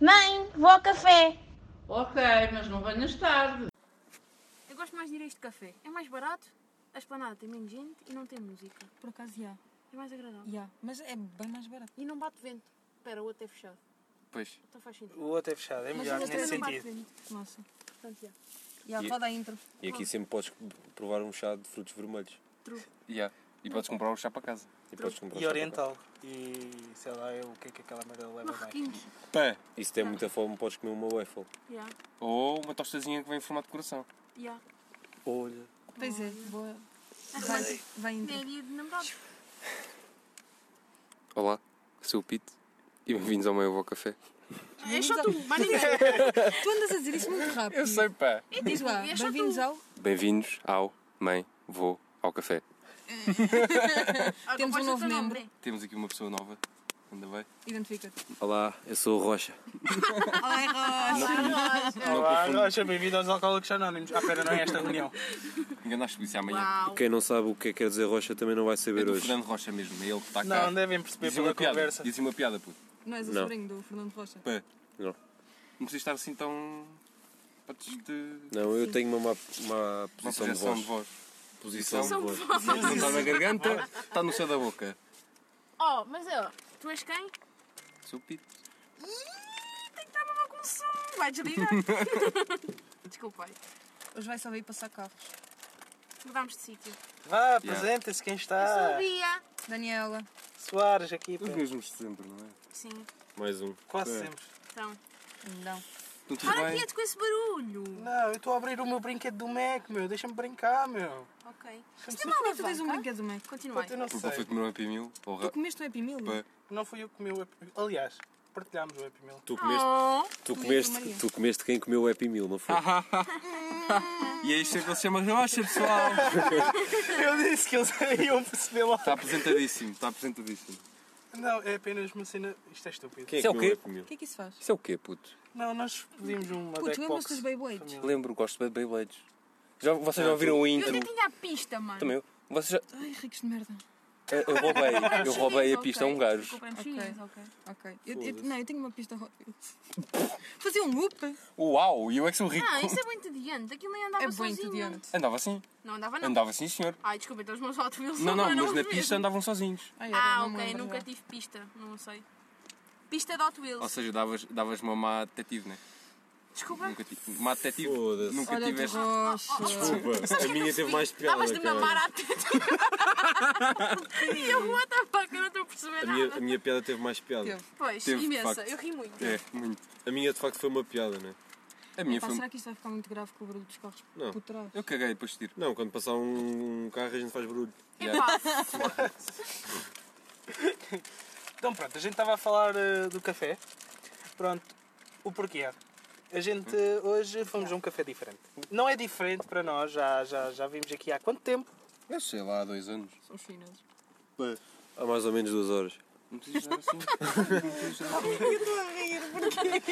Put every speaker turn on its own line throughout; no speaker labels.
Mãe, vou ao café.
Ok, mas não venhas tarde.
Eu gosto mais de ir a este café. É mais barato, a esplanada tem menos gente e não tem música.
Por acaso, já.
É mais agradável.
já. Mas é bem mais barato.
E não bate vento. Espera, o outro é fechado.
Pois.
Então faz
O
sentido.
outro é fechado, é melhor
Mas
nesse
também não bate
sentido.
vento.
Nossa.
Portanto, já.
Já,
E-
roda a intro.
E aqui sempre podes provar um chá de frutos vermelhos.
Yeah. E podes comprar o chá para casa.
E, podes comprar
E
chá
oriental. E sei lá eu, o que é que aquela merda leva mais.
Marroquinos.
Pé.
para cá. E se
Ah.
tem muita fome, podes comer uma waffle.
Já.
Ou uma tostazinha que vem em formato de coração.
Já.
Olha.
Pois é, boa. Vai, vai intro.
É dia de namorados.
Olá, sou o Pete e bem-vindos ao meu avô café.
Hum.
É só tu, mais ninguém.
Tu andas a dizer isso muito rápido.
Eu sei, pá.
Diz lá,
É só
bem-vindos
tu.
ao...
Bem-vindos ao Mãe, Vou ao Café.
Ah,
Temos um
composta
novo
teu
membro.
nome.
Temos aqui uma pessoa nova. Ainda bem.
tá- Identifica-te.
Olá, eu sou o Rocha.
Olá, Rocha, bem-vindo aos Alcoólicos Anónimos. Ah, pera, não é esta reunião.
Enganaste isso amanhã.
Uau.
Quem não sabe o que é que quer dizer Rocha também não vai
É
saber
do
hoje.
Fernando Rocha mesmo, é ele que está cá.
Não, devem perceber
Diz
pela
uma piada,
conversa.
diz uma piada, puto.
Não és o
Não.
sobrinho do Fernando Rocha?
Pé.
Não.
Não precisas estar assim tão... Podes te...
Não, eu tenho uma má, má
Uma
posição de
projeção
voz.
de voz.
Posição de voz.
Não não está na garganta, está no céu da boca.
Oh, mas ó, tu és quem?
Sou o Pete.
Ih, tem que estar mamar com som. Vai desligar. Desculpa, aí.
Hoje vai só vir passar carros.
mudámos de sítio.
Vá, apresenta-se quem está.
Sabia.
Daniela.
Soares aqui, pá.
Uhum.
mesmos de sempre, não é?
Sim,
Mais um.
quase sempre.
então.
Não.
Então tudo
Para é
bem?
quieto com esse barulho.
Não, eu estou a abrir o meu brinquedo do Mac, meu. Deixa-me brincar, meu.
Ok.
Isto
Não, tu tens um brinquedo do Mac.
Continua.
Eu não
Porque ele foi
sei.
comer um Happy Meal. ou ra-
Tu comeste um Happy Meal?
Pé.
Não fui eu que comi o Happy Meal. Aliás, partilhámos o Happy Meal.
Tu comeste,
Oh,
tu
Tu e a tua
comeste,
Maria.
tu comeste quem comeu o Happy Meal, não foi?
E é isto que ele se chama Rocha, pessoal.
Eu disse que eles iam perceber lá.
Está apresentadíssimo, está apresentadíssimo.
Não, é apenas uma cena. Isto é estúpido.
Quem é
Isso é
que
o quê?
comeu o Happy Meal?
O que é que isso faz?
Isso é o quê, puto?
Não, nós pedimos uma
Putz, lembras-te
deckbox.
dos Beyblades?
Lembro, gosto bem de Beyblades. Já, vocês já ouviram
eu
o intro?
até tinha a pista, mano.
Também eu. Vocês já-
Ai, ricos de merda.
eu, eu roubei, eu roubei a
Ok.
pista a um gajo.
Desculpa,
Ok. é
okay. ok.
Ok. Eu, eu- não, eu tenho uma pista Hot Wheels. Fazer um loop
Uau, e eu é que sou rico.
Ah, isso é muito adiante. Aquilo nem andava
é bem
sozinho.
entediante.
Andava assim,
Não andava não.
andava assim, senhor.
Ai, desculpa, então os meus Hot Wheels
Não, não,
eram
mas
os
na
mesmos.
pista andavam sozinhos.
Ai, era,
Ah,
não me
ok,
lembro
nunca
já.
tive pista, não sei. Pista de Hot Wheels.
Ou seja, davas, davas uma má detetive, né?
desculpa.
Nunca tive. Má detetive.
Foda-se.
Nunca
Olha, tu
tiveste.
rocha.
é
Desculpa, a minha teve mais de piada. né,
Estavas de
caralho.
mamar à teta. e eu, what the fuck, eu não estou a perceber
A minha,
nada.
a minha piada teve mais piada.
Teve.
Pois,
Teve, de
imensa.
facto.
Eu ri muito.
É, muito.
A minha de facto foi uma piada, não é?
A minha
Pá,
foi.
será que isto vai ficar muito grave com o barulho dos carros
Não.
por trás?
Eu caguei depois de tiro.
Não, quando passar um carro a gente faz barulho.
é.
Epá,
Então pronto, a gente estava a falar eh, do café. Pronto, o porquê? A gente eh, hoje fomos a um café diferente. Não é diferente para nós, já, já, já vimos aqui há quanto tempo?
Eu sei lá, há dois anos.
São os chineses.
Há mais ou menos duas horas.
Não precisas dar assim.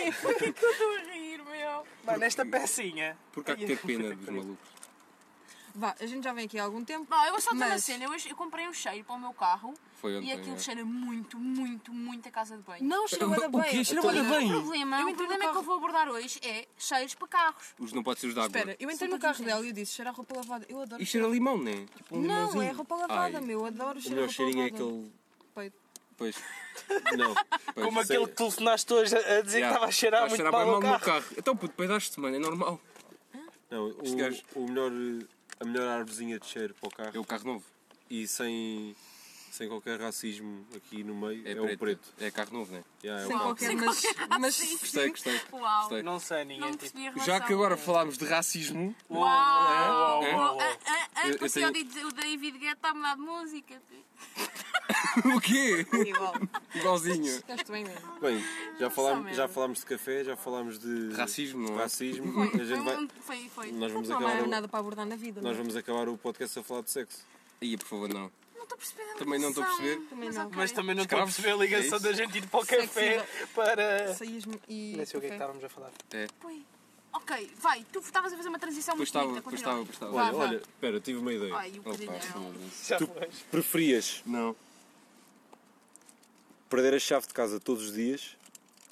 é estou a rir, meu.
Bah, nesta pecinha.
Porque há que ter pena dos malucos.
Vá, a gente já vem aqui há algum tempo.
Bom, eu só tenho uma
Mas-
cena. Eu, hoje- eu comprei um cheiro para o meu carro
Foi ontem.
e aquilo
é.
cheira muito, muito, muito a casa de banho.
Não, chegou a
O quê?
bem.
Cheira bué da
O
bem.
problema,
Eu
o
entrei no
problema que
carro.
eu vou abordar hoje é cheiros para carros.
Os não pode ser os da água.
Espera, eu entrei no carro dela e eu disse cheira a roupa lavada. Eu adoro.
E cheira a limão, né? Tipo um
Não,
limãozinho.
é roupa lavada,
Ai,
meu. Eu adoro
O
cheirar
melhor
roupa
cheirinho é
lavada.
aquele.
Peito.
Pois.
Não.
pois,
Como
sei.
aquele que telefonaste hoje a a dizer
Yeah.
que estava a cheirar
Está
muito mal o
bem mal no meu
carro.
carro. Então, puto, pedaste-te, mano, é normal.
Não,
Este gajo-
o, o melhor. eh, A melhor árvorezinha de cheiro para o carro.
É o carro novo.
E sem. Sem qualquer racismo aqui no meio. É, o preto.
É carro novo, né?
Yeah, é
Sem
o carro.
qualquer, mas, mas
Gostei, gostei.
Uau.
gostei.
Não sei, ninguém.
Não
tipo,
percebi a
é
relação.
Já que agora falámos de racismo,
uou,
Uau!
uou,
É?
uou,
Ah,
uou.
ah, ah,
Eu- eu
porque
tenho-
eu disse, o David Guetta está a mudar de música. tipo,
o quê?
igual.
Igualzinho.
Estás bem, mesmo.
Bem, já falámos,
merda.
já falámos de café, já falámos de.
De racismo, não é?
racismo. A
Foi, um-
gente vai.
foi, foi. é?
Nós vamos,
Não
acabar
há
o,
nada para abordar na vida. não
nós
é?
vamos acabar o podcast a falar de sexo.
Aí, por favor, não.
Não estou a perceber a
Também não estou a
relação.
perceber. tá-
Também não.
Mas também não estou a
Escravos,
perceber a
é
ligação
isso?
da gente ir para o café para.
Saísmo e.
Nem sei o que é
café.
que estávamos a falar.
É.
Ui. Ok, vai. Tu estavas a fazer uma transição
Pois
muito
estava,
bonita.
pois
continua. um
estava, pois estava.
Vá,
Olha,
vá.
olha, espera, eu tive uma ideia.
Ai, o
Opa,
pedinho.
foda-se.
Já vais.
Preferias
Não.
perder a chave de casa todos os dias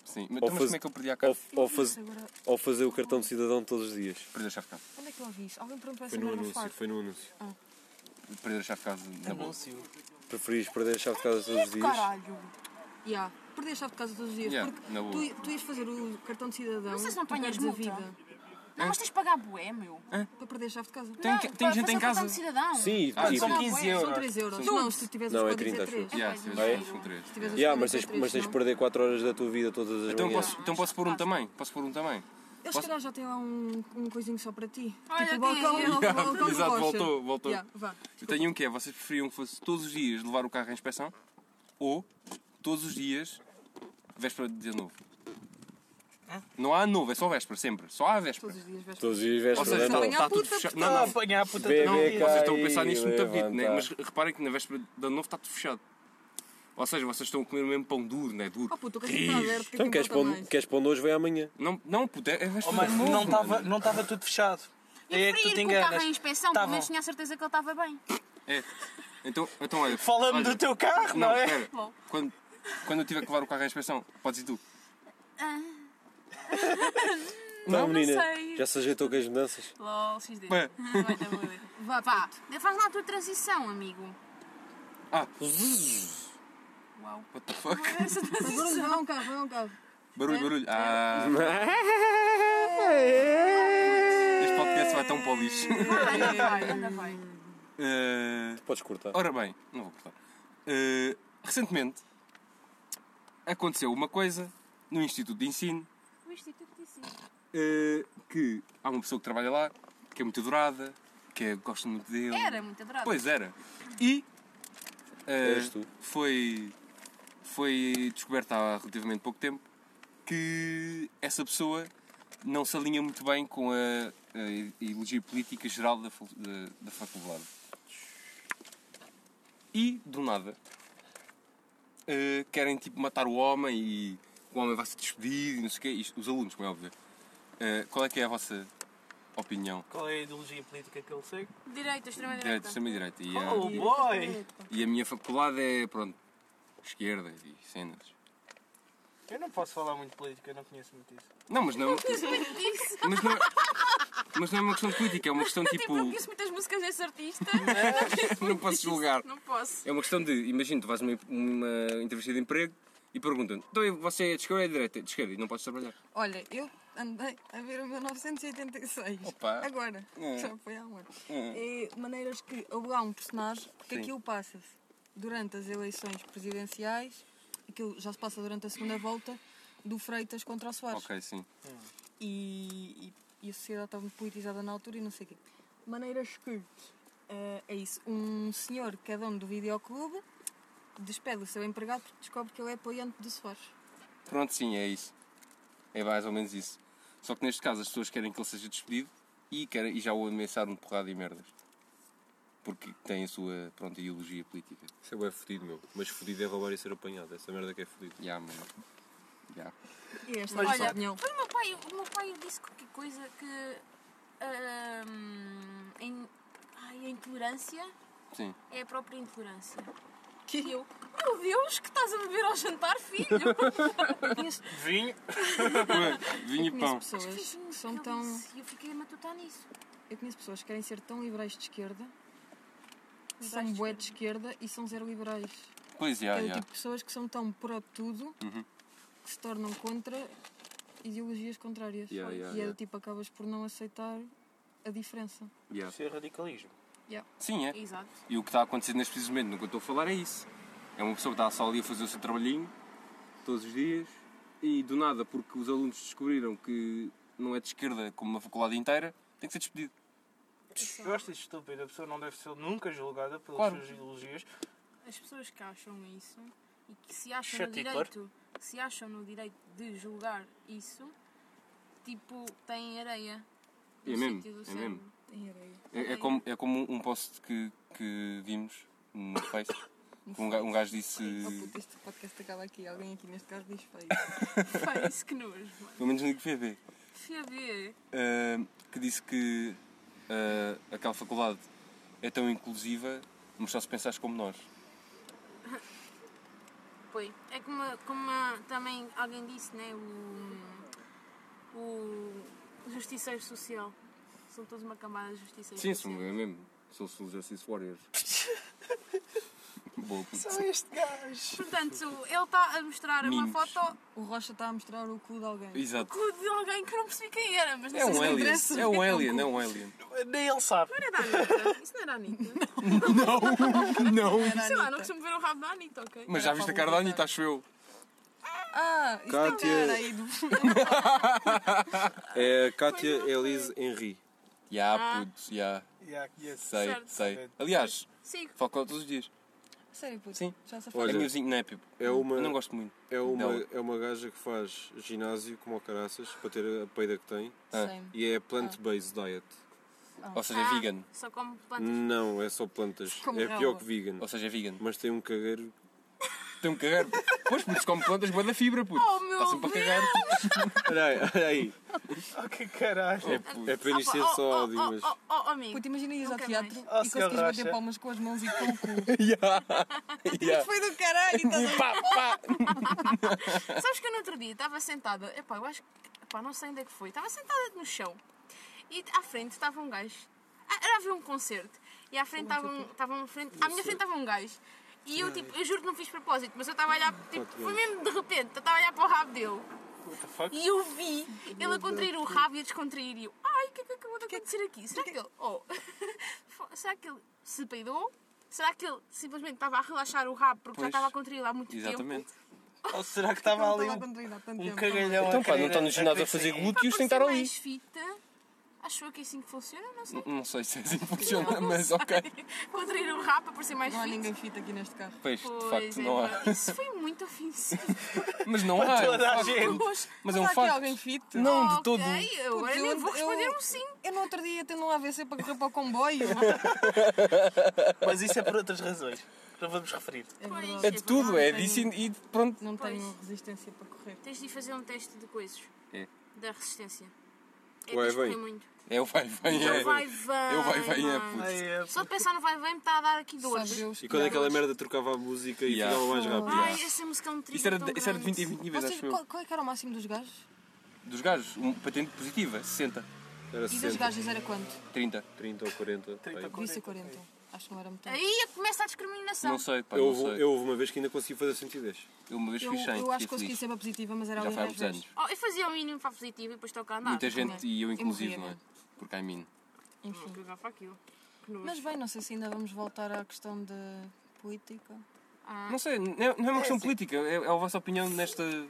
Sim, mas, então,
Ou
mas
faz-
como é que eu perdi a
Ou,
carta?
ou, faz-
Agora,
ou fazer o cartão de cidadão todos os dias.
Perder a chave de casa.
onde é que eu ouvi isso? Alguém perguntou essa
Foi no
merda
anúncio,
fora.
foi no anúncio.
Perder a chave de casa na boa.
Anúncio.
Preferias perder a chave de casa todos os dias?
Caralho! Yeah. Perdi a chave de casa todos os dias.
Yeah,
porque
na boa.
tu, tu ias fazer o cartão de cidadão.
Não sei se não
tu
apanhas
perdes a
multa.
vida.
Não, mas tens de pagar bué, meu.
Para perder a chave de casa.
Tem, tem
Para fazer
gente em
o cartão
casa.
de cidadão.
Sim,
Ah,
e-
são
e-
15
São
euros.
3 euros.
São-
Não, se tu tivesse
Não,
os
é
códigos
30,
é
acho
3.
eu.
Yeah, sim,
Ah, é?
sim, são três.
Se tivesse os códigos
Yeah, mas
é
tens,
três,
mas tens de
não.
perder 4 horas da tua vida todas as
Então
manhãs.
posso, então posso pôr um também. Posso pôr um também.
Eles
Posso-
se calhar já têm lá um, um coisinho só para ti.
Olha
tipo o
quem
balcão,
é.
o
Yeah,
balcão de
exato,
rocha.
voltou, voltou.
Yeah, vá.
Eu tenho um que é, vocês preferiam que fosse todos os dias levar o carro à inspeção ou todos os dias véspera de dia novo? Não há ano novo, é só véspera, sempre. Só há véspera.
Todos os dias vais
Todos os dias
Ou
véspera
seja,
da
está,
noite.
apanhar
está tudo
puta,
fechado.
Não,
Não, não,
apanhar a puta
Bebe
toda
cá.
a
vocês estão a pensar nisto muito a
Levanta.
vida, né? mas reparem que na véspera de ano novo está tudo fechado. Ou seja, vocês estão a comer o mesmo pão duro, não é duro?
Oh puto, o cachorro está aberto. que é que
Então queres
importa
pondo,
mais?
queres pondo hoje, vem amanhã.
Não, não, puto, é é véspera
Oh,
de
mas
ano novo.
não
mano.
estava não estava tudo fechado. É que tu
Preferir
te
que o carro
enganas.
em inspeção,
Tá
pelo menos
bom.
tinha a certeza que ele estava bem.
É. Então, então olha.
Fala-me
olha,
do teu carro, não,
Não,
é?
espera. Quando, quando eu tiver que levar o carro à inspeção, podes ir tu.
Não, menina,
sei.
já se ajeitou com as mudanças.
Lol, XD.
Ué.
Vá,
Vá,
pá.
faz lá a tua transição, amigo.
Ah,
Uau.
what the fuck?
Essa transição.
Bruno, vai um carro, vai um carro.
Barulho, barulho. Ah, este podcast vai tão para o lixo.
Ah, anda vai, anda vai.
Eh,
Podes cortar.
ora bem, não vou cortar. Eh, recentemente aconteceu uma coisa no Instituto de Ensino
O Instituto disse
eh, que há uma pessoa que trabalha lá, que é muito adorada, que é, gosto muito dele.
Era muito adorado.
Pois era. E eh,
Eras tu.
foi, foi descoberta há relativamente pouco tempo que essa pessoa não se alinha muito bem com a, a ideologia política geral da, fa- da, da faculdade. E, do nada, eh, querem tipo matar o homem e o homem vai ser despedido e não sei o quê. Isto, os alunos, como é óbvio. Eh, qual é que é a vossa opinião?
Qual é a ideologia política que ele segue?
Direito, extrema-direita.
Direita, extrema-direita. E a-
Oh boy!
e a minha faculdade é, pronto, esquerda e cenas.
Eu não posso falar muito de política, eu não conheço muito isso.
Não, mas não. é
Isso.
Mas não, é mas não é uma questão de política, é uma questão tipo. É,
Tipo, eu conheço muitas músicas desse artista.
Não posso julgar.
Não posso.
É uma questão de. Imagina, tu vais uma, uma entrevista de emprego e perguntam-te: então você é de esquerda ou é de direita? De esquerda e não podes trabalhar.
Olha, eu andei a ver o 1986.
Opa.
Agora.
É.
Já foi há um ano.
É.
E maneiras que houve lá um personagem que
Sim.
aquilo passa-se durante as eleições presidenciais, aquilo já se passa durante a segunda volta do Freitas contra o Soares.
Ok, sim.
e, e- e a sociedade estava muito politizada na altura e não sei o quê. Maneiras que eh, é isso. Um senhor que é dono do videoclube despede o seu empregado porque descobre que ele é apoiante do Soares.
Pronto, sim, é isso. É mais ou menos isso. Só que neste caso as pessoas querem que ele seja despedido e, querem, e já o ameaçaram de porrada e merdas. Porque tem a sua pronto, ideologia política.
Isso é bué fodido, meu. Mas fodido é roubar e ser apanhado. Essa merda que é fodido.
Já, mano. Já.
E esta é a minha
Mas
Olha,
opinião.
foi o meu pai, o meu pai disse qualquer coisa que ahm, em- ai, a intolerância
Sim.
é a própria intolerância.
Que?
E eu, meu Deus, que estás a beber ao jantar, filho?
Vinho?
Vinho e
Conheço
pão.
pessoas que são
um Ele
tão.
disse, e eu fiquei a matutar nisso.
Eu conheço pessoas que querem ser tão liberais de esquerda, são
de
bué de esquerda e são zero liberais.
Pois, já,
é o
já.
tipo de pessoas que são tão pro tudo que se tornam contra ideologias contrárias.
Yeah, yeah,
e é do
yeah.
tipo, acabas por não aceitar a diferença.
já.
Isso é radicalismo.
Sim, é.
Exato.
E o que está a acontecer neste preciso momento, no que eu estou a falar, é isso. É uma pessoa que está só ali a fazer o seu trabalhinho, todos os dias, e do nada, porque os alunos descobriram que não é de esquerda como uma faculdade inteira, tem que ser despedido.
Eu acho isso estúpido. A pessoa não deve ser nunca julgada pelas
Claro.
suas ideologias.
As pessoas que acham isso e que se acham no
Exceto Hitler.
direito, que se acham no direito de julgar isso, tipo, têm areia. no
É mesmo,
sítio do
é
cérebro.
mesmo. É, é como, é como um post que, que vimos no Face, que um ga- um gajo disse,
Oh puto, este podcast acaba aqui. Alguém aqui neste caso diz feio.
Pá, isso que nojo, mano.
pelo menos no IPV,
Fui a ver.
Uh, que disse que uh, aquela faculdade é tão inclusiva, mas só se pensares como nós.
apoio. É como, como também alguém disse, né? O, o justiceiro social. São todos uma camada de justiceiros
Sim, são
sociais.
é mesmo. São os Justice Warriors. Boa puta.
Só este gajo.
Portanto, ele está a mostrar
Mimos.
uma foto
O Rocha está a mostrar o cu de alguém.
Exato.
cu de alguém que eu não percebi quem era, mas não
É
sei
um
se
alien.
interessa.
É um alien, é um alien.
Nem ele sabe.
Era da Anitta. Isso não era a Anitta.
Não.
Sei lá, não costumo ver o rabo da Anitta, ok?
Mas já viste a cara da Anitta, acho eu.
Ah, isso
Cátia.
também era aí do.
É a Kátia Elise Henry.
Já,
Ah.
puto, já.
Yeah, yes.
Sei,
Certo.
sei. Aliás,
Sigo.
falo com ela todos os dias.
Sério, puto.
Sim.
Já se
Olha,
é meuzinho, não é, Pipo?
é uma-
Eu não gosto muito.
É uma,
Dela.
é uma gaja que faz ginásio como o caraças para ter a peida que tem
Ah.
Sim.
e é plant-based diet.
Ou seja, é
Ah,
vegan.
Só como plantas. Ah,
Não, é só plantas.
Como
é
relva.
pior que vegan.
Ou seja, é vegan.
Mas tem um cagueiro.
Tem um carreiro. Pois, puto, se come plantas, boa da fibra, puto.
Oh, meu
Está sempre a cagar.
Olha aí, olha aí.
Oh, que caralho.
É, puto.
É para isto ser só áudio,
oh,
mas.
oh, oh, oh, amigo.
Puto, imagina ir ao
Nunca
teatro
mais. Oh,
e
senhor
conseguires bater
Rocha.
palmas com as mãos e com o cu.
Yeah. Yeah.
Foi do caralho, estás a-
Pá, pá.
Sabes que eu no outro dia estava sentada, epá, eu acho que, epá, não sei onde é que foi, estava sentada no chão e à frente estava um gajo, Ah, era a ver um concerto, e à frente estava um, estava um frente, à minha frente estava um gajo, e eu tipo, eu juro que não fiz propósito, mas eu estava a olhar, tipo, foi mesmo de repente, eu estava a olhar para o rabo dele,
What the fuck?
e eu vi ele a contrair o rabo e a descontrair, e eu, ai, o que é que acabou de acontecer aqui? Será que ele, oh, será que ele se peidou? Será que ele simplesmente estava a relaxar o rabo porque já
Pois.
estava a contraí-lo há muito tempo?
Exatamente.
Ou será que estava ali
Estava a
um,
conduzir há tanto
um
tempo.
cagalhão
Então,
a
pá, não
querer-
estão nos ginásios a
querer
fazer
sair?
glúteos,
Parecer
tentaram ir.
mais fita. Acho eu que é assim que funciona, não sei.
Não- Não sei se é assim que funciona, mas ok.
Contrair o rapa para ser mais
Não há
fita.
ninguém fita aqui neste carro.
Pois,
Pois,
de facto,
é,
não
pá,
há.
Isso foi muito ofensivo.
Mas não há. é um
Toda a
facto.
gente.
Mas é um
há aqui
facto.
alguém fit?
Não, de
Ok,
todo.
eu agora
Puto,
nem
eu-
vou responder
eu-
um sim.
Eu no outro dia tendo um AVC para correr para o comboio. É
Mas isso é por outras razões. Não vamos referir.
Pois,
É de tudo, é
verdade,
disso e e pronto.
Não
Pois.
tenho resistência para correr.
Tens de ir fazer um teste de coisas.
É.
Da resistência. É
Vai,
tens de correr
vem.
muito.
É o vai, vem,
Eu
é.
vai, vem.
Eu vai, vem, é,
Ai,
puto.
é,
Só de pensar no vai, vem me está a dar aqui dor.
Sabe Deus.
E
é
quando aquela merda trocava a música e
Yeah.
ficava mais rápido.
Ai, essa música é um triste.
Isso era, de- isso era de 20 em 20 níveis,
Vocês,
acho eu.
qual, qual é que era o máximo dos gajos?
Dos gajos, um patente positiva, 60,
Era
E das
60,
gajas era quanto?
30.
30 ou 40. aí.
é
30.
Devia ser 40. Acho que não era muito.
Aí é começa a discriminação.
Não sei, pá, não
Eu, houve-
sei.
eu houve uma vez que ainda consegui fazer 110.
Eu uma vez
Eu,
fiz 100.
eu acho que
fiquei
consegui
feliz.
ser para positiva, mas era
Já
ali
faz
10
uns
vezes.
anos.
Oh, eu fazia o mínimo para positivo e depois estou cá a andar.
Muita gente, e eu inclusive, não
morria,
é? Porque há em mim.
Hum, que gafa aquilo. Que nojo.
Mas bem, não sei se ainda vamos voltar à questão de política.
Ah,
Não sei, não é, não é uma
assim.
questão política, é, é a vossa opinião nesta.
não,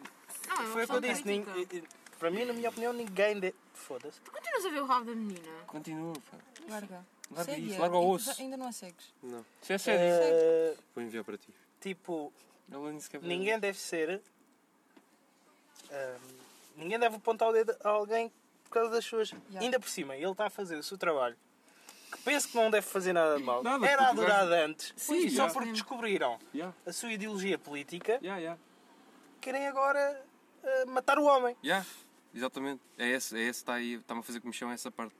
é uma
Foi o que
questão
eu disse.
de crítica.
nin- eh, eh, Para mim, na minha opinião, ninguém. De... Foda-se.
Tu continuas a ver o rabo da menina?
Continua, pá.
Larga.
Larga
Segue-a.
isso, larga o
Ainda-
osso.
Ainda não a segues.
Não.
Isso é sério.
Eh,
Vou enviar para ti.
tipo,
Ela nem sequer-
ninguém deve ser. ah, ninguém deve apontar o dedo a alguém por causa das suas. Ainda por cima, ele está a fazer o seu trabalho. Que penso que não deve fazer nada de mal.
Nada,
Era
porque o gajo-
adorado antes.
Sim,
só
já.
porque descobriram
Yeah,
a sua ideologia política.
yeah, yeah.
Querem agora ah, matar o homem.
Yeah, exatamente. É esse, é esse, está aí, está-me a fazer comissão essa parte.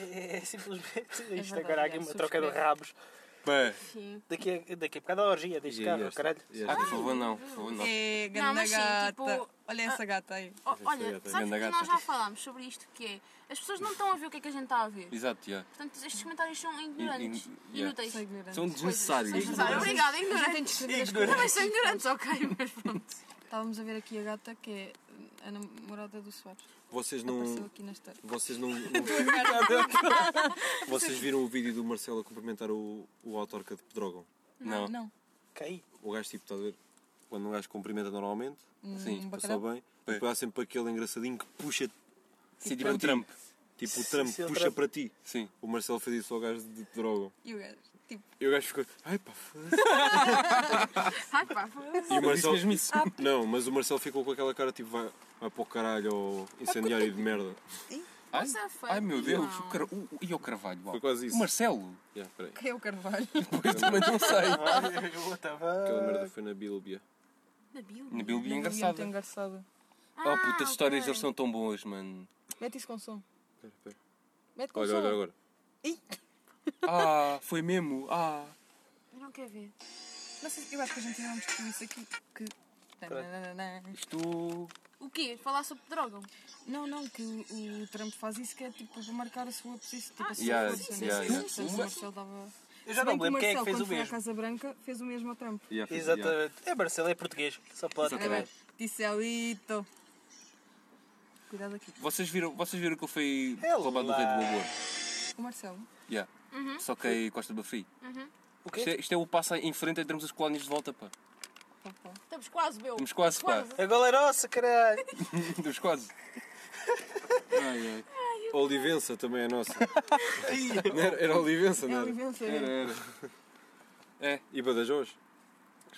É, é simplesmente. Isto
verdade,
agora há aqui
é,
uma troca de
subscrevo.
rabos.
Pá.
Sim.
Daqui a, daqui a bocado a orgia deste
E
carro,
esta?
caralho.
E esta?
Ah, por favor, não, por favor, não.
É,
Não,
ganda
mas sim,
gata.
tipo,
Olha
ah,
essa gata aí.
Oh, olha,
gata.
sabes
Ganda
que
gata.
nós já falámos sobre isto, que é... As pessoas não estão a ver o que é que a gente está a ver.
Exato, yeah.
Portanto, estes comentários são ignorantes.
In- in- yeah.
Inúteis.
Sou ignorante.
São desnecessários.
Sabe, Obrigada,
Tem de
ignorantes.
escrever as
Também são ignorantes, ok, mas pronto.
Estávamos a ver aqui a gata que é a namorada do Soares.
Vocês
Apareceu
não.
aqui na história.
Vocês não. não- vocês viram o vídeo do Marcelo a cumprimentar o, o autarca de Pedrógão?
Não.
Não.
Cai.
O gajo, tipo, está a ver? Quando um gajo cumprimenta normalmente,
Sim,
passou
bacalhau.
bem, e depois há sempre aquele engraçadinho que puxa,
Sim, tipo o Trump.
tipo, o Trump
sim, é o
puxa
Trump.
para ti.
Sim.
O Marcelo fez isso ao gajo de Pedrógão.
E o gajo, tipo,
E o gajo ficou, ai pá, foda-se.
Ai pá, foda-se.
E o Marcelo.
mesmo isso.
Não, mas o Marcelo ficou com aquela cara tipo, vai, vai para o caralho, ou incendiário de merda.
Ai,
Nossa, foi.
ai meu Deus,
é Não.
o cara, o, e o Carvalho? uau.
Foi quase isso.
O Marcelo?
Yeah, peraí.
quem é o Carvalho?
Pois também não sei.
Eu
Aquela
estava.
merda foi na Bíblia.
Na bio.
Na Bíblia é engraçado.
Muito engraçado.
Oh puta, as histórias
ok.
deles são tão boas, mano.
Mete isso com som.
Espera, espera.
Mete com
Olha,
som.
olha agora.
Ah, foi mesmo. Ah.
Eu não quero ver.
Não sei, eu acho que a gente ainda não discutiu isso aqui. Que... Tananana.
Isto.
O quê? Falar sobre droga?
Não, não, que o, o Trump faz isso que é tipo para marcar a sua posição. Tipo, a sua
yeah,
força, né?
yeah, yeah.
Portanto, o Marcelo dava-
Eu
Se bem
já não me lembro quem é que
Marcelo,
fez o
quando foi à
mesmo.
Casa Branca fez o mesmo ao Trump.
Yeah, foi- yeah.
Exatamente. É Marcelo, é português. Só pode.
Exatamente.
Era Ticelito. Cuidado aqui.
Vocês viram, vocês viram que ele foi
Ela.
roubado do rei do Babor?
O Marcelo.
Yeah. Só que aí Costa Bafri.
O
Isto, é,
quê?
isto é o passo em frente e termos as colónias de volta, pá.
pá, pá.
Estamos quase, meu.
Estamos quase, pá.
A galerosa, caralho.
Estamos quase. Ai, ai.
Olivença também é nossa. Não era, era Olivença,
É
não
o
era?
Ivença.
Era,
é.
era.
E Badajoz?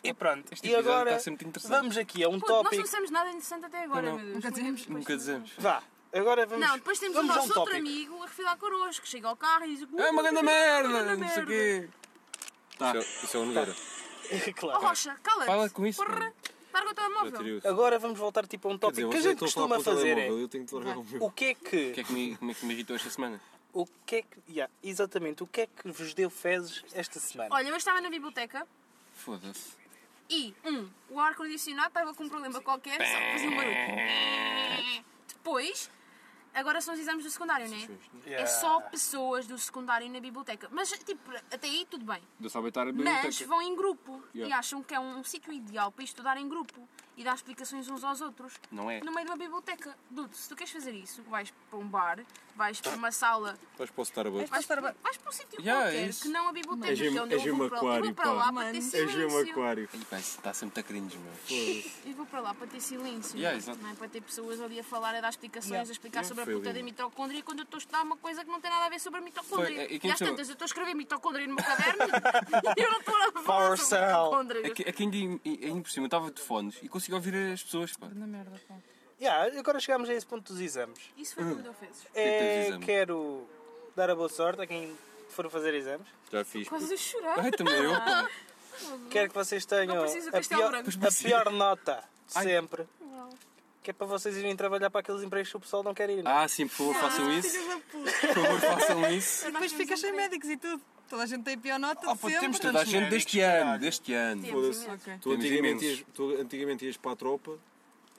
E pronto.
Este
E
episódio
agora
está sempre interessante.
vamos aqui a um
Pô, nós não
tópico.
dissemos nada interessante até agora,
Não, não.
meu Deus. Como é
Nunca
que
dizemos.
depois-
Nunca dizemos.
Vá. Agora vamos.
Não, depois temos o
vamos a
nosso
um
outro
tópico.
amigo a refilar connosco, que chega ao carro e diz...
É uma grande merda, não sei o quê. Tá.
Isso é- Isso é o Nogueira.
Oh,
claro.
Rocha, cala-te.
Fala com isso,
Porra,
mano.
larga o
Já
telemóvel.
tirei o-
Agora vamos voltar tipo a um
Quer dizer,
tópico que a
vocês
gente
estão falar
costuma
para o
fazer.
telemóvel,
É,
Eu tenho que largar o meu.
o que é
O que
que.
é que me, como é que me irritou esta semana?
O que é que. yeah, exatamente. O que é que vos deu fezes esta semana?
Olha, eu estava na biblioteca
Foda-se.
e, um, o ar-condicionado estava com um problema qualquer, só que fazia um barulho. Depois, agora são os exames do secundário, não é? É
Yeah.
só pessoas do secundário na biblioteca. Mas, tipo, até aí tudo bem.
Deu sabotar a
Mas
biblioteca.
vão em grupo e
Yeah.
acham que é um sítio ideal para estudar em grupo e dar explicações uns aos outros.
Não é.
No meio de uma biblioteca. Dude, se tu queres fazer isso, vais para um bar, vais para uma sala,
Mas posso estar a
Mas
vais,
vais para o
vais para um sítio
Yeah, é
qualquer
isso.
que não a biblioteca,
É
que
gem-
é onde
é
eu vou para, eu vou
gemaquário,
para lá
pá.
para ter
Mano.
É
silêncio.
Aquário.
Ih, pá, isso Está sempre muito cringe, meu.
Eu vou para lá para ter silêncio, não
Yeah,
é?
exato.
Não é para ter pessoas ali a falar, a dar explicações, a explicar sobre a
foi
puta
lindo.
da mitocôndria quando eu estou a estudar uma coisa que não tem nada a ver sobre a mitocôndria.
Foi, e
e
quem
às
sou?
tantas eu estou a escrever mitocôndria no meu caderno e eu não estou a falar
For
sobre
sale.
mitocôndrias.
É que- é que ainda, ainda por cima, eu estava de fones e consigo ouvir as pessoas, pá.
Na merda, pá.
Yeah, agora chegámos a esse ponto dos exames.
Isso foi tudo, ofensas.
é que tens
É,
exame?
quero dar a boa sorte a quem for fazer exames.
Já fiz.
Quase a chorar.
Ai, também eu, pá.
Quero que vocês tenham
Não preciso do
a
Castelo
pior,
Branco.
a pior nota de
Ai.
sempre.
Uau.
Que é para vocês irem trabalhar para aqueles empregos que o pessoal não é? quer ir.
Ah, sim, por favor, façam isso. Por favor, façam isso.
E depois ficas sem médicos e tudo. Toda a gente tem pior nota
Oh,
de
pô,
sempre.
temos
Toda a
Tantos
gente deste
médicos,
ano,
caralho.
deste ano.
Temos imenso.
Ok.
Tu
Temos
antigamente,
imensos.
ias, tu antigamente ias para a tropa,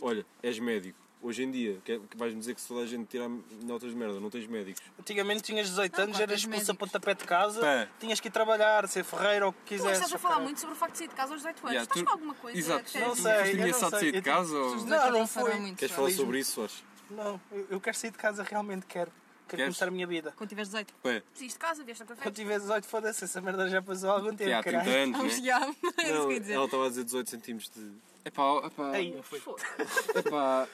olha, és médico. Hoje em dia, que- é- que vais-me dizer que se toda a gente tirar notas de merda, não tens médicos.
Ah, Antigamente tinhas 18 anos,
claro,
eras
tens
expulso a
médicos.
pontapé de casa,
Pá.
tinhas que ir trabalhar, ser ferreiro ou o que
Tu hoje
quisesse.
estás a falar muito sobre o facto de sair de casa aos 18 anos.
Yeah,
estás
tu-
com alguma coisa?
Exato.
que-
Não
Tu
sei,
foste
eu não
ameaçado de
sei.
sair de
Eu tenho-
casa ou...
Os
Não,
dois
não
avançaram
foi.
muito,
Queres
só.
falar sobre isso, Soares?
Não, eu eu quero sair de casa, realmente quero. Quero
Queres?
começar a minha vida.
Quando tiveres 18.
Pá,
Saíste de casa, vieste
é
ao café.
Quando tiver 18, foda-se, essa merda já passou há algum tempo,
há 30
caralho.
anos,
Vamos
né?
já. Era É isso que eu
Não,
ia dizer.
ela estava a dizer 18 centímetros de...
Epá, epá,
Aí, foi.
epá.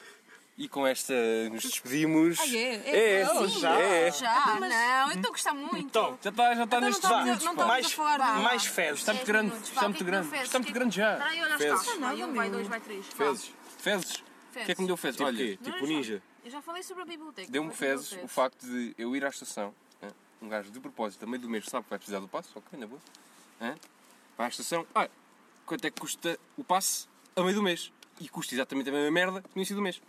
E com esta nos despedimos.
Ah, é?
É,
É,
Não,
sim.
já.
É.
Já, não, eu estou a gostar muito.
Então,
Já está já tá
não
nos
tá-
vá,
não
despedidos. pá.
estamos tá-
mais,
a falar de-
mais fezes.
Está muito grande, está muito grande, está muito grande já.
tipo, Espera aí, olha os carros.
Não,
Vai um, vai
meu.
dois, vai três. Vá.
Fezes. Fezes. O que é que me deu fezes?
Tipo
Olha,
quê? Tipo ninja.
Eu já falei sobre a biblioteca.
Deu-me
mas não é
fezes o facto de eu ir à estação, hã? um gajo de propósito, a meio do mês sabe que vai precisar do passo, ok, na boa. hã? Vai à estação, olha, quanto é que custa o passe a meio do mês? E custa exatamente a mesma merda que no início do mês.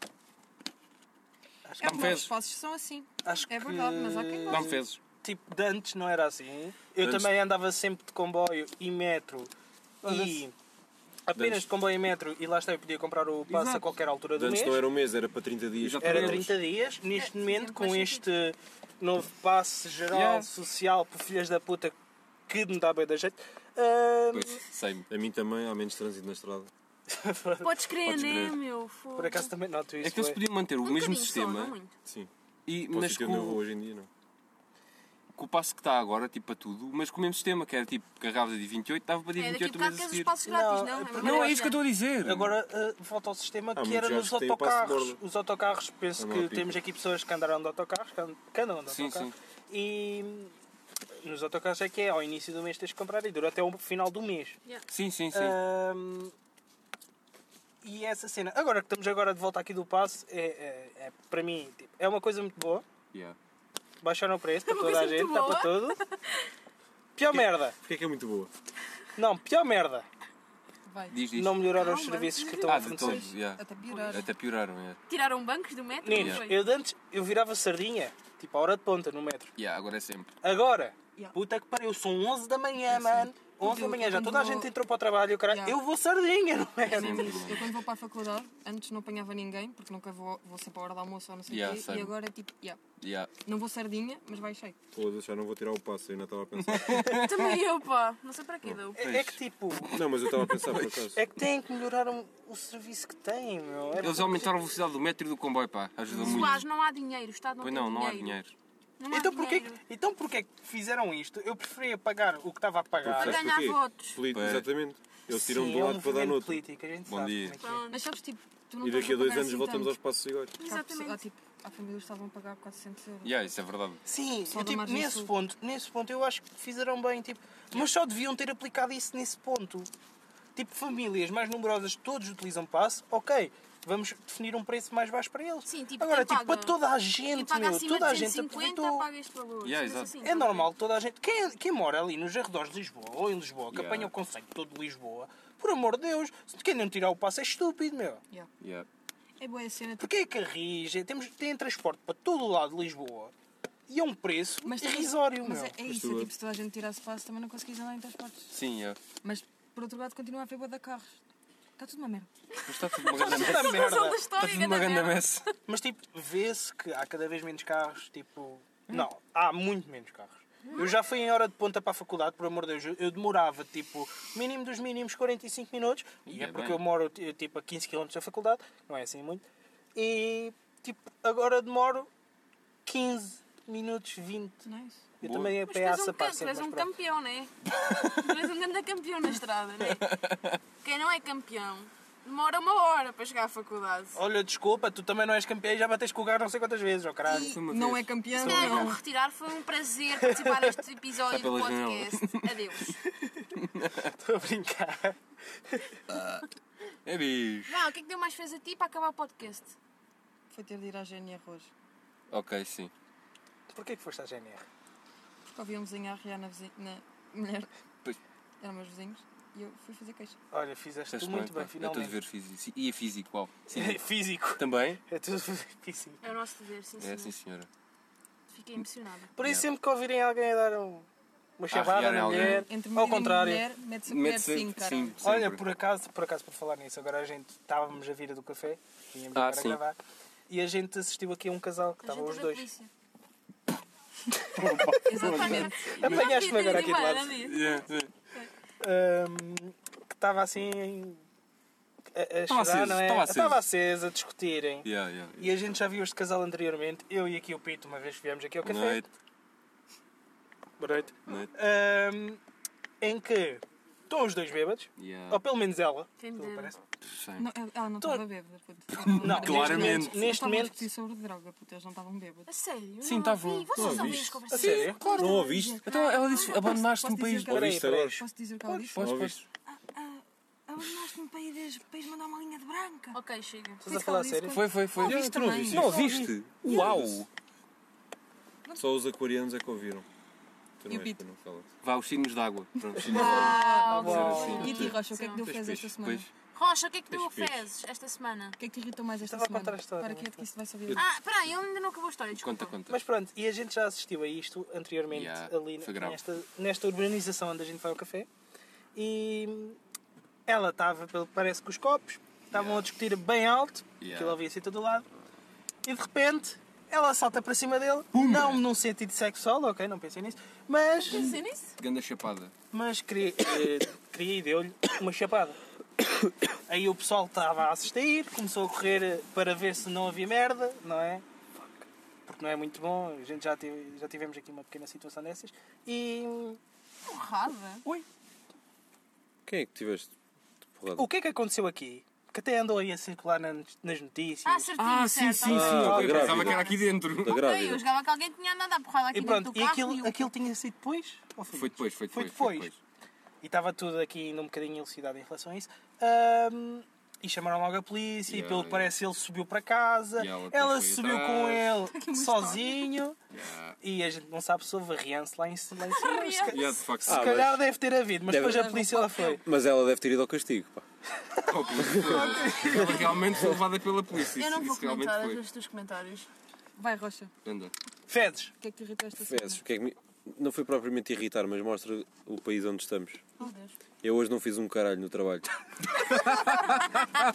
É
me
porque
fez.
os passos são assim.
Acho
É verdade, mas há quem
Dá-me
goste.
fezes.
Tipo, de antes não era assim. Eu
Antes-
também andava sempre de comboio e metro e apenas de comboio e metro e lá está eu podia comprar o passo a qualquer altura do
Antes
mês.
não era um mês, era para 30 dias.
Exato.
Era
Euros.
30 dias. Neste
É,
momento,
sim,
com
faz
este novo passe geral,
Yeah.
social, por filhas da puta, que me dá bem da jeito, ahm,
Pois, sei-me.
A mim também, há menos trânsito na estrada.
Podes crer,
Podes
né,
crer.
meu?
por acaso também noto
É
isso.
que eles
bué.
podiam manter o mesmo sistema,
Sim.
e,
Para o
mas
sítio
com,
onde eu vou hoje em dia, não.
com o passo que está agora, tipo para tudo, mas com o mesmo sistema, que era tipo carregava de 28, dava para dia
É, daqui a
28 o
bocado
mês a
tens os
seguir.
passos
Não,
grátis, não?
é
uma
porque-
Não, é isso
maravilha.
que eu estou a dizer.
Agora ah, volta ao sistema que
muitos
era
gajos
nos
que têm o passe de
autocarros.
borda.
Os autocarros, penso
Ah, não,
que
tipo.
temos aqui pessoas que andaram de autocarros, que an- que andam de
Sim,
autocarros. E hum, nos autocarros é que é, ao início do mês tens que comprar e dura até o final do mês.
Sim, sim, sim.
ah, Ahm, e essa cena, agora que estamos agora de volta aqui do passo, é, é, é, para mim tipo, é uma coisa muito boa.
Yeah.
Baixaram o preço para
É uma
toda a
coisa
gente,
muito
está para tudo. Pior merda,
Porque é que é muito boa?
não, pior merda,
Vai.
Diz, diz.
não melhoraram os
Calma,
serviços que estão
ah,
a
de
fornecer.
todos, yeah.
Até piorar.
Até pioraram, yeah.
Tiraram bancos do metro?
Meninos,
Foi.
eu de antes eu virava sardinha, tipo à hora de ponta no metro.
Yeah, agora é sempre.
Agora,
Yeah.
puta que pariu, são 11 da manhã, mano. 11 da manhã já toda a gente entrou para o trabalho, caralho,
Yeah.
eu vou sardinha, não é?
Sim, mas eu quando vou para a faculdade, antes não apanhava ninguém, porque nunca vou, vou sempre à hora do almoço ou não sei o
Yeah,
quê,
same.
e agora tipo, yeah,
Yeah.
não vou sardinha, mas vai cheio.
Foda-se, já não vou tirar o passo, ainda estava a pensar.
Também eu, pá. Não sei para quê, deu.
É, é que tipo,
Não, mas eu estava a pensar por acaso.
é que têm que melhorar um- o serviço que têm, meu. É
Eles
porque-
aumentaram a velocidade do metro e do comboio, pá. Ajuda muito.
Soares, não há dinheiro. O Estado não
Pois
tem
não, não há
dinheiro.
dinheiro.
Não há
Então porquê,
dinheiro.
que- então porquê que fizeram isto? Eu preferia pagar o que estava a pagar.
Para
Sabes
ganhar
porquê?
votos.
Poli-
Pois.
Exatamente. Eles tiram
Sim,
de
é
um
um
lado para dar
movimento
no outro.
político, a gente
Bom
sabe
dia.
como é que é.
Pronto.
Mas sabes, tipo, tu não
E
estás
daqui a dois
pagar
anos
assim
voltamos
tanto.
aos passos iguais.
Há pessoa-
Exatamente.
há, tipo, há famílias que estavam a pagar 400 euros.
Yeah, isso é verdade.
Sim,
Só
eu,
da
tipo,
margem
nesse
sul.
ponto, nesse ponto eu acho que fizeram bem, tipo, mas só deviam ter aplicado isso nesse ponto. Tipo, famílias mais numerosas todos utilizam passe, ok, vamos definir um preço mais baixo para eles.
Sim, tipo,
Agora,
quem
tipo,
paga?
para toda a
Quem
gente,
paga
meu,
acima
toda a
de
gente
150
aproveitou.
paga este valor.
Yeah,
Cenas
exato.
assim,
É
estás a ver?
normal, toda a gente. Quem, quem mora ali nos arredores de Lisboa ou em Lisboa, que
Yeah.
apanha o conceito todo de Lisboa, por amor de Deus, se quem não tirar o passe é estúpido, meu.
Yeah.
Yeah.
É boa a cena, tipo,
Porquê é que a Rija temos, tem transporte para todo o lado de Lisboa e é um preço
também-
irrisório,
Mas
meu.
é, é isso,
tu-
tipo, se toda a gente tirasse passo também não conseguias andar em transportes.
Sim, yeah.
Mas por outro lado continua a haver boa de carros. Está tudo uma merda.
Mas está tudo uma grande
Puta
é
mess.
é merda.
São da
Está
história,
tipo,
tudo uma grande
merda.
mess.
Mas tipo, vê-se que há cada vez menos carros, tipo. Não, há muito menos carros. Eu já fui em hora de ponta para a faculdade, por amor de Deus, eu- eu demorava tipo, mínimo dos mínimos 45 minutos, e
Ainda
é porque
bem.
eu moro ti- tipo a 15 km da faculdade, não é assim muito, e tipo, agora demoro 15 minutos, 20.
Nice.
Eu
Boa.
também a
é Mas
pé
tu és
à
um,
sapá
ca- tu
sempre,
és
mas
um
pronto.
campeão, não é? Tu és um grande campeão na estrada, não é? Quem não é campeão demora uma hora para chegar à faculdade.
Olha, desculpa, tu também não és campeão e já bates com o carro não sei quantas vezes, ó caralho.
Foi uma
Não é
vez.
campeão,
Se calhar eu
não.
vou retirar, foi um prazer participar deste episódio
Sai pela
do podcast. Adeus.
Estou a brincar.
É bicho.
Não, o que é que deu mais fez a ti para acabar o podcast?
Foi ter de ir à GNR hoje.
Ok, sim.
Porquê que foste à GNR?
Porque ouvi um vizinho a arrear na vizinha. Na mulher.
Pois.
Eram meus vizinhos. E eu fui fazer queixa.
Olha, fizeste
Estás
tu muito bem,
pá. É tudo
finalmente.
ver físico. E é físico, uau. Sim.
Físico.
Também?
É tudo físico.
É o nosso dever, sim,
É,
senhor.
sim, senhora.
Fiquei emocionada.
Por isso, sempre que ouvirem alguém a dar um, uma chavada
Arriar em
na
alguém.
mulher,
Entre
ao
mulher
contrário.
e mulher, mete-se a colher sim, cara.
sim,
Olha,
sempre.
por acaso, por acaso, por falar nisso, agora a gente estávamos a vir do café, tínhamos
Ah,
para
sim.
gravar, e a gente assistiu aqui a um casal
A
que estavam
gente
os
é da
dois.
polícia.
Exatamente.
Apanhaste-me agora aqui de
Não,
lado.
não, não.
Yeah, yeah.
Ahm, que estava assim em- a, a
Estava
chorar,
aceso,
não é?
estava aceso.
Estava aceso, a discutirem.
Yeah, yeah.
E a gente já viu este casal anteriormente, eu e aqui o Pito, uma vez que viemos aqui ao café.
Noite,
Boa noite.
noite.
Ahm, em que estão os dois bêbados,
Yeah.
ou pelo menos ela,
Quem
pelo
dera.
que parece.
Oh, Sim.
Não, ela- ela não
Tô-
estava bêbada, puto.
Não,
Claramente.
neste momento- Neste
Estavam a
momento,
discutir sobre droga, puto. Eles não estavam bêbados.
A sério? tá
Sim, tá
Não
estavam.
ouvi.
Não
Vocês
ouviste?
ouvem as
a
conversas. Ah,
sério?
Não ouviste?
Então ela disse: abandonaste
posso
um país.
dizer que-
Ouviste agora?
Posso dizer o que ela disse?
Podes,
Ouviste?
podes.
Abandonaste-me para ir para ir mandar uma linha de branca.
Ok, chega.
Estás a falar a sério?
Foi, foi, foi.
Ouviste
Tu não
também.
ouviste? Não ouviste? Uau!
Só os aquarianos é que ouviram.
E
Tu não
o
és,
Pito?
tu não falas.
Vá, os signos d'água. Pronto, os signos d'água.
Uau.
E a ti, Rocha, o que é que deu fez esta semana?
Pois.
O
Rocha, o que é que tu
Peixe, peixe.
fezes esta semana?
que é que te irritou mais esta
Estava a
semana?
contar a história.
Para que é que isto vai saber?
Ah, peraí, ele ainda não acabou a história, desculpa.
Conta, conta.
Mas pronto, e a gente já assistiu a isto anteriormente
Yeah,
ali
foi grave.
nesta, nesta urbanização onde a gente vai ao café. E ela estava, pelo que parece, com os copos, estavam
Yeah.
a discutir bem alto,
Yeah.
que ele ouvia-se de todo lado, e de repente ela salta para cima dele, não num sentido sexual, ok, não pensei nisso, mas,
Pensei nisso?
Ganda chapada.
mas queria, eh, queria e deu-lhe uma chapada. Aí o pessoal estava a assistir, começou a correr eh, para ver se não havia merda, não é? Porque não é muito bom, a gente já, teve- já tivemos aqui uma pequena situação dessas. E
Porrada.
Quem é que tiveste de porrada?
o que é que aconteceu aqui? Que até andou aí a circular na- nas notícias.
Ah, certinho, certo.
sim.
ok.
Eu
Ah,
pensava
grávida.
que era aqui dentro.
Da
Ok, eu
grávida.
jogava que alguém tinha andado à porrada aqui
e pronto,
dentro do
e
carro
aquilo,
e eu... assim.
aquilo tinha sido depois? Ou
Foi depois, foi
Foi
depois. Foi
depois.
depois.
E estava tudo aqui ainda um bocadinho elucidado em relação a isso. Ahm, e chamaram logo a polícia,
Yeah,
e pelo que
yeah.
parece ele subiu para casa,
E ela
ela,
depois foi
subiu
atrás.
com ele sozinho,
Yeah.
e a gente não sabe se houve riança lá em, lá em cima. mas se ca-
Yeah, de facto.
se
Ah,
calhar deve ter havido, mas
Deve-
depois a polícia lá foi.
Mas ela deve ter ido ao castigo, pá.
Ela realmente foi levada pela polícia.
Eu não
Isso-
vou
Isso realmente
comentar
foi.
os teus comentários.
Vai, Rocha.
Ganda.
Fezes.
O que é que te irritou esta semana?
Fezes, o que é que me- Não foi propriamente irritar, mas mostra o país onde estamos.
Oh, Deus.
Eu hoje não fiz um caralho no trabalho.
Tu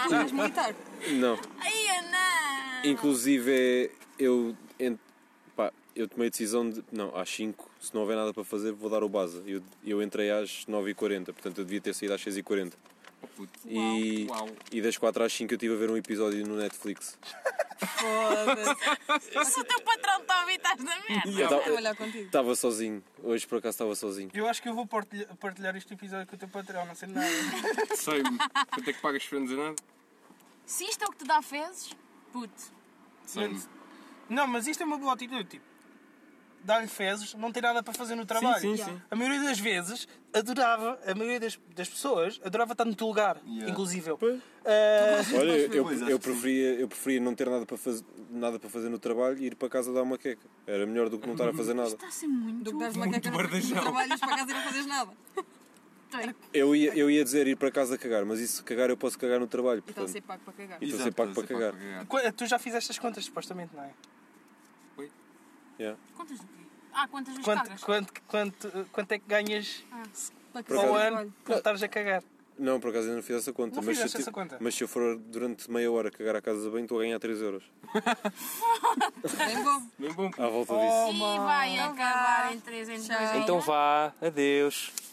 vais militar?
Não.
Ai, Ana!
Inclusive, eu, ent- pá, eu tomei a decisão de. Não, às 5, se não houver nada para fazer, vou dar o baza. Eu, eu entrei às 9h40, portanto eu devia ter saído às 6h40.
Oh, Puto.
E,
Uau. Uau.
e das 4 às 5 eu estive a ver um episódio no Netflix.
Foda-se.
Se o teu patrão está a ouvir, estás na merda.
Eu tava-
Vou olhar contigo.
Estava sozinho. Hoje por acaso estava sozinho.
Eu acho que eu vou partilha- partilhar este episódio com o teu patrão, não sei nada.
Sei-me. Quanto é que pagas para não dizer nada?
Se isto é o que te dá fezes, puto.
Sei-me.
não, mas isto é uma boa atitude, tipo. Dar-lhe fezes, não tem nada para fazer no trabalho.
sim, sim.
A maioria das vezes adorava, a maioria das, das pessoas adorava estar no teu lugar,
Yeah.
inclusive eu.
Pois.
Ah,
Olha, eu,
Pois, acho
eu,
que sim.
preferia, eu preferia não ter nada para, faz, nada para fazer no trabalho e ir para casa dar uma queca. Era melhor do que não estar a fazer nada.
Está a ser muito.
Do que dás uma caca no trabalhas para casa e não fazes nada. Então,
doido.
Eu ia, eu ia dizer ir para casa cagar, mas isso cagar eu posso cagar no trabalho.
Então
E está a ser
Portanto,
pago para cagar.
E estou a
Exato,
ser pago
estou
para
a ser pago
qu-
cagar.
tu já fizeste as contas, supostamente, não é?
yeah.
Quantas do quê? Ah, quantas vezes cagas?
Quanto, quanto, quanto, quanto é que ganhas
Para que
Por
ao
acaso-
ano por estares a cagar?
Não, por acaso ainda não fiz essa conta.
Não
mas, se eu
fizeste essa
ti-
conta?
mas se eu for durante meia hora cagar à casa de banho, estou a ganhar 3 euros.
Bem bom.
Bem bom.
Oh,
À volta disso.
E vai acabar em 3 em 2
Tchau.
vá, adeus.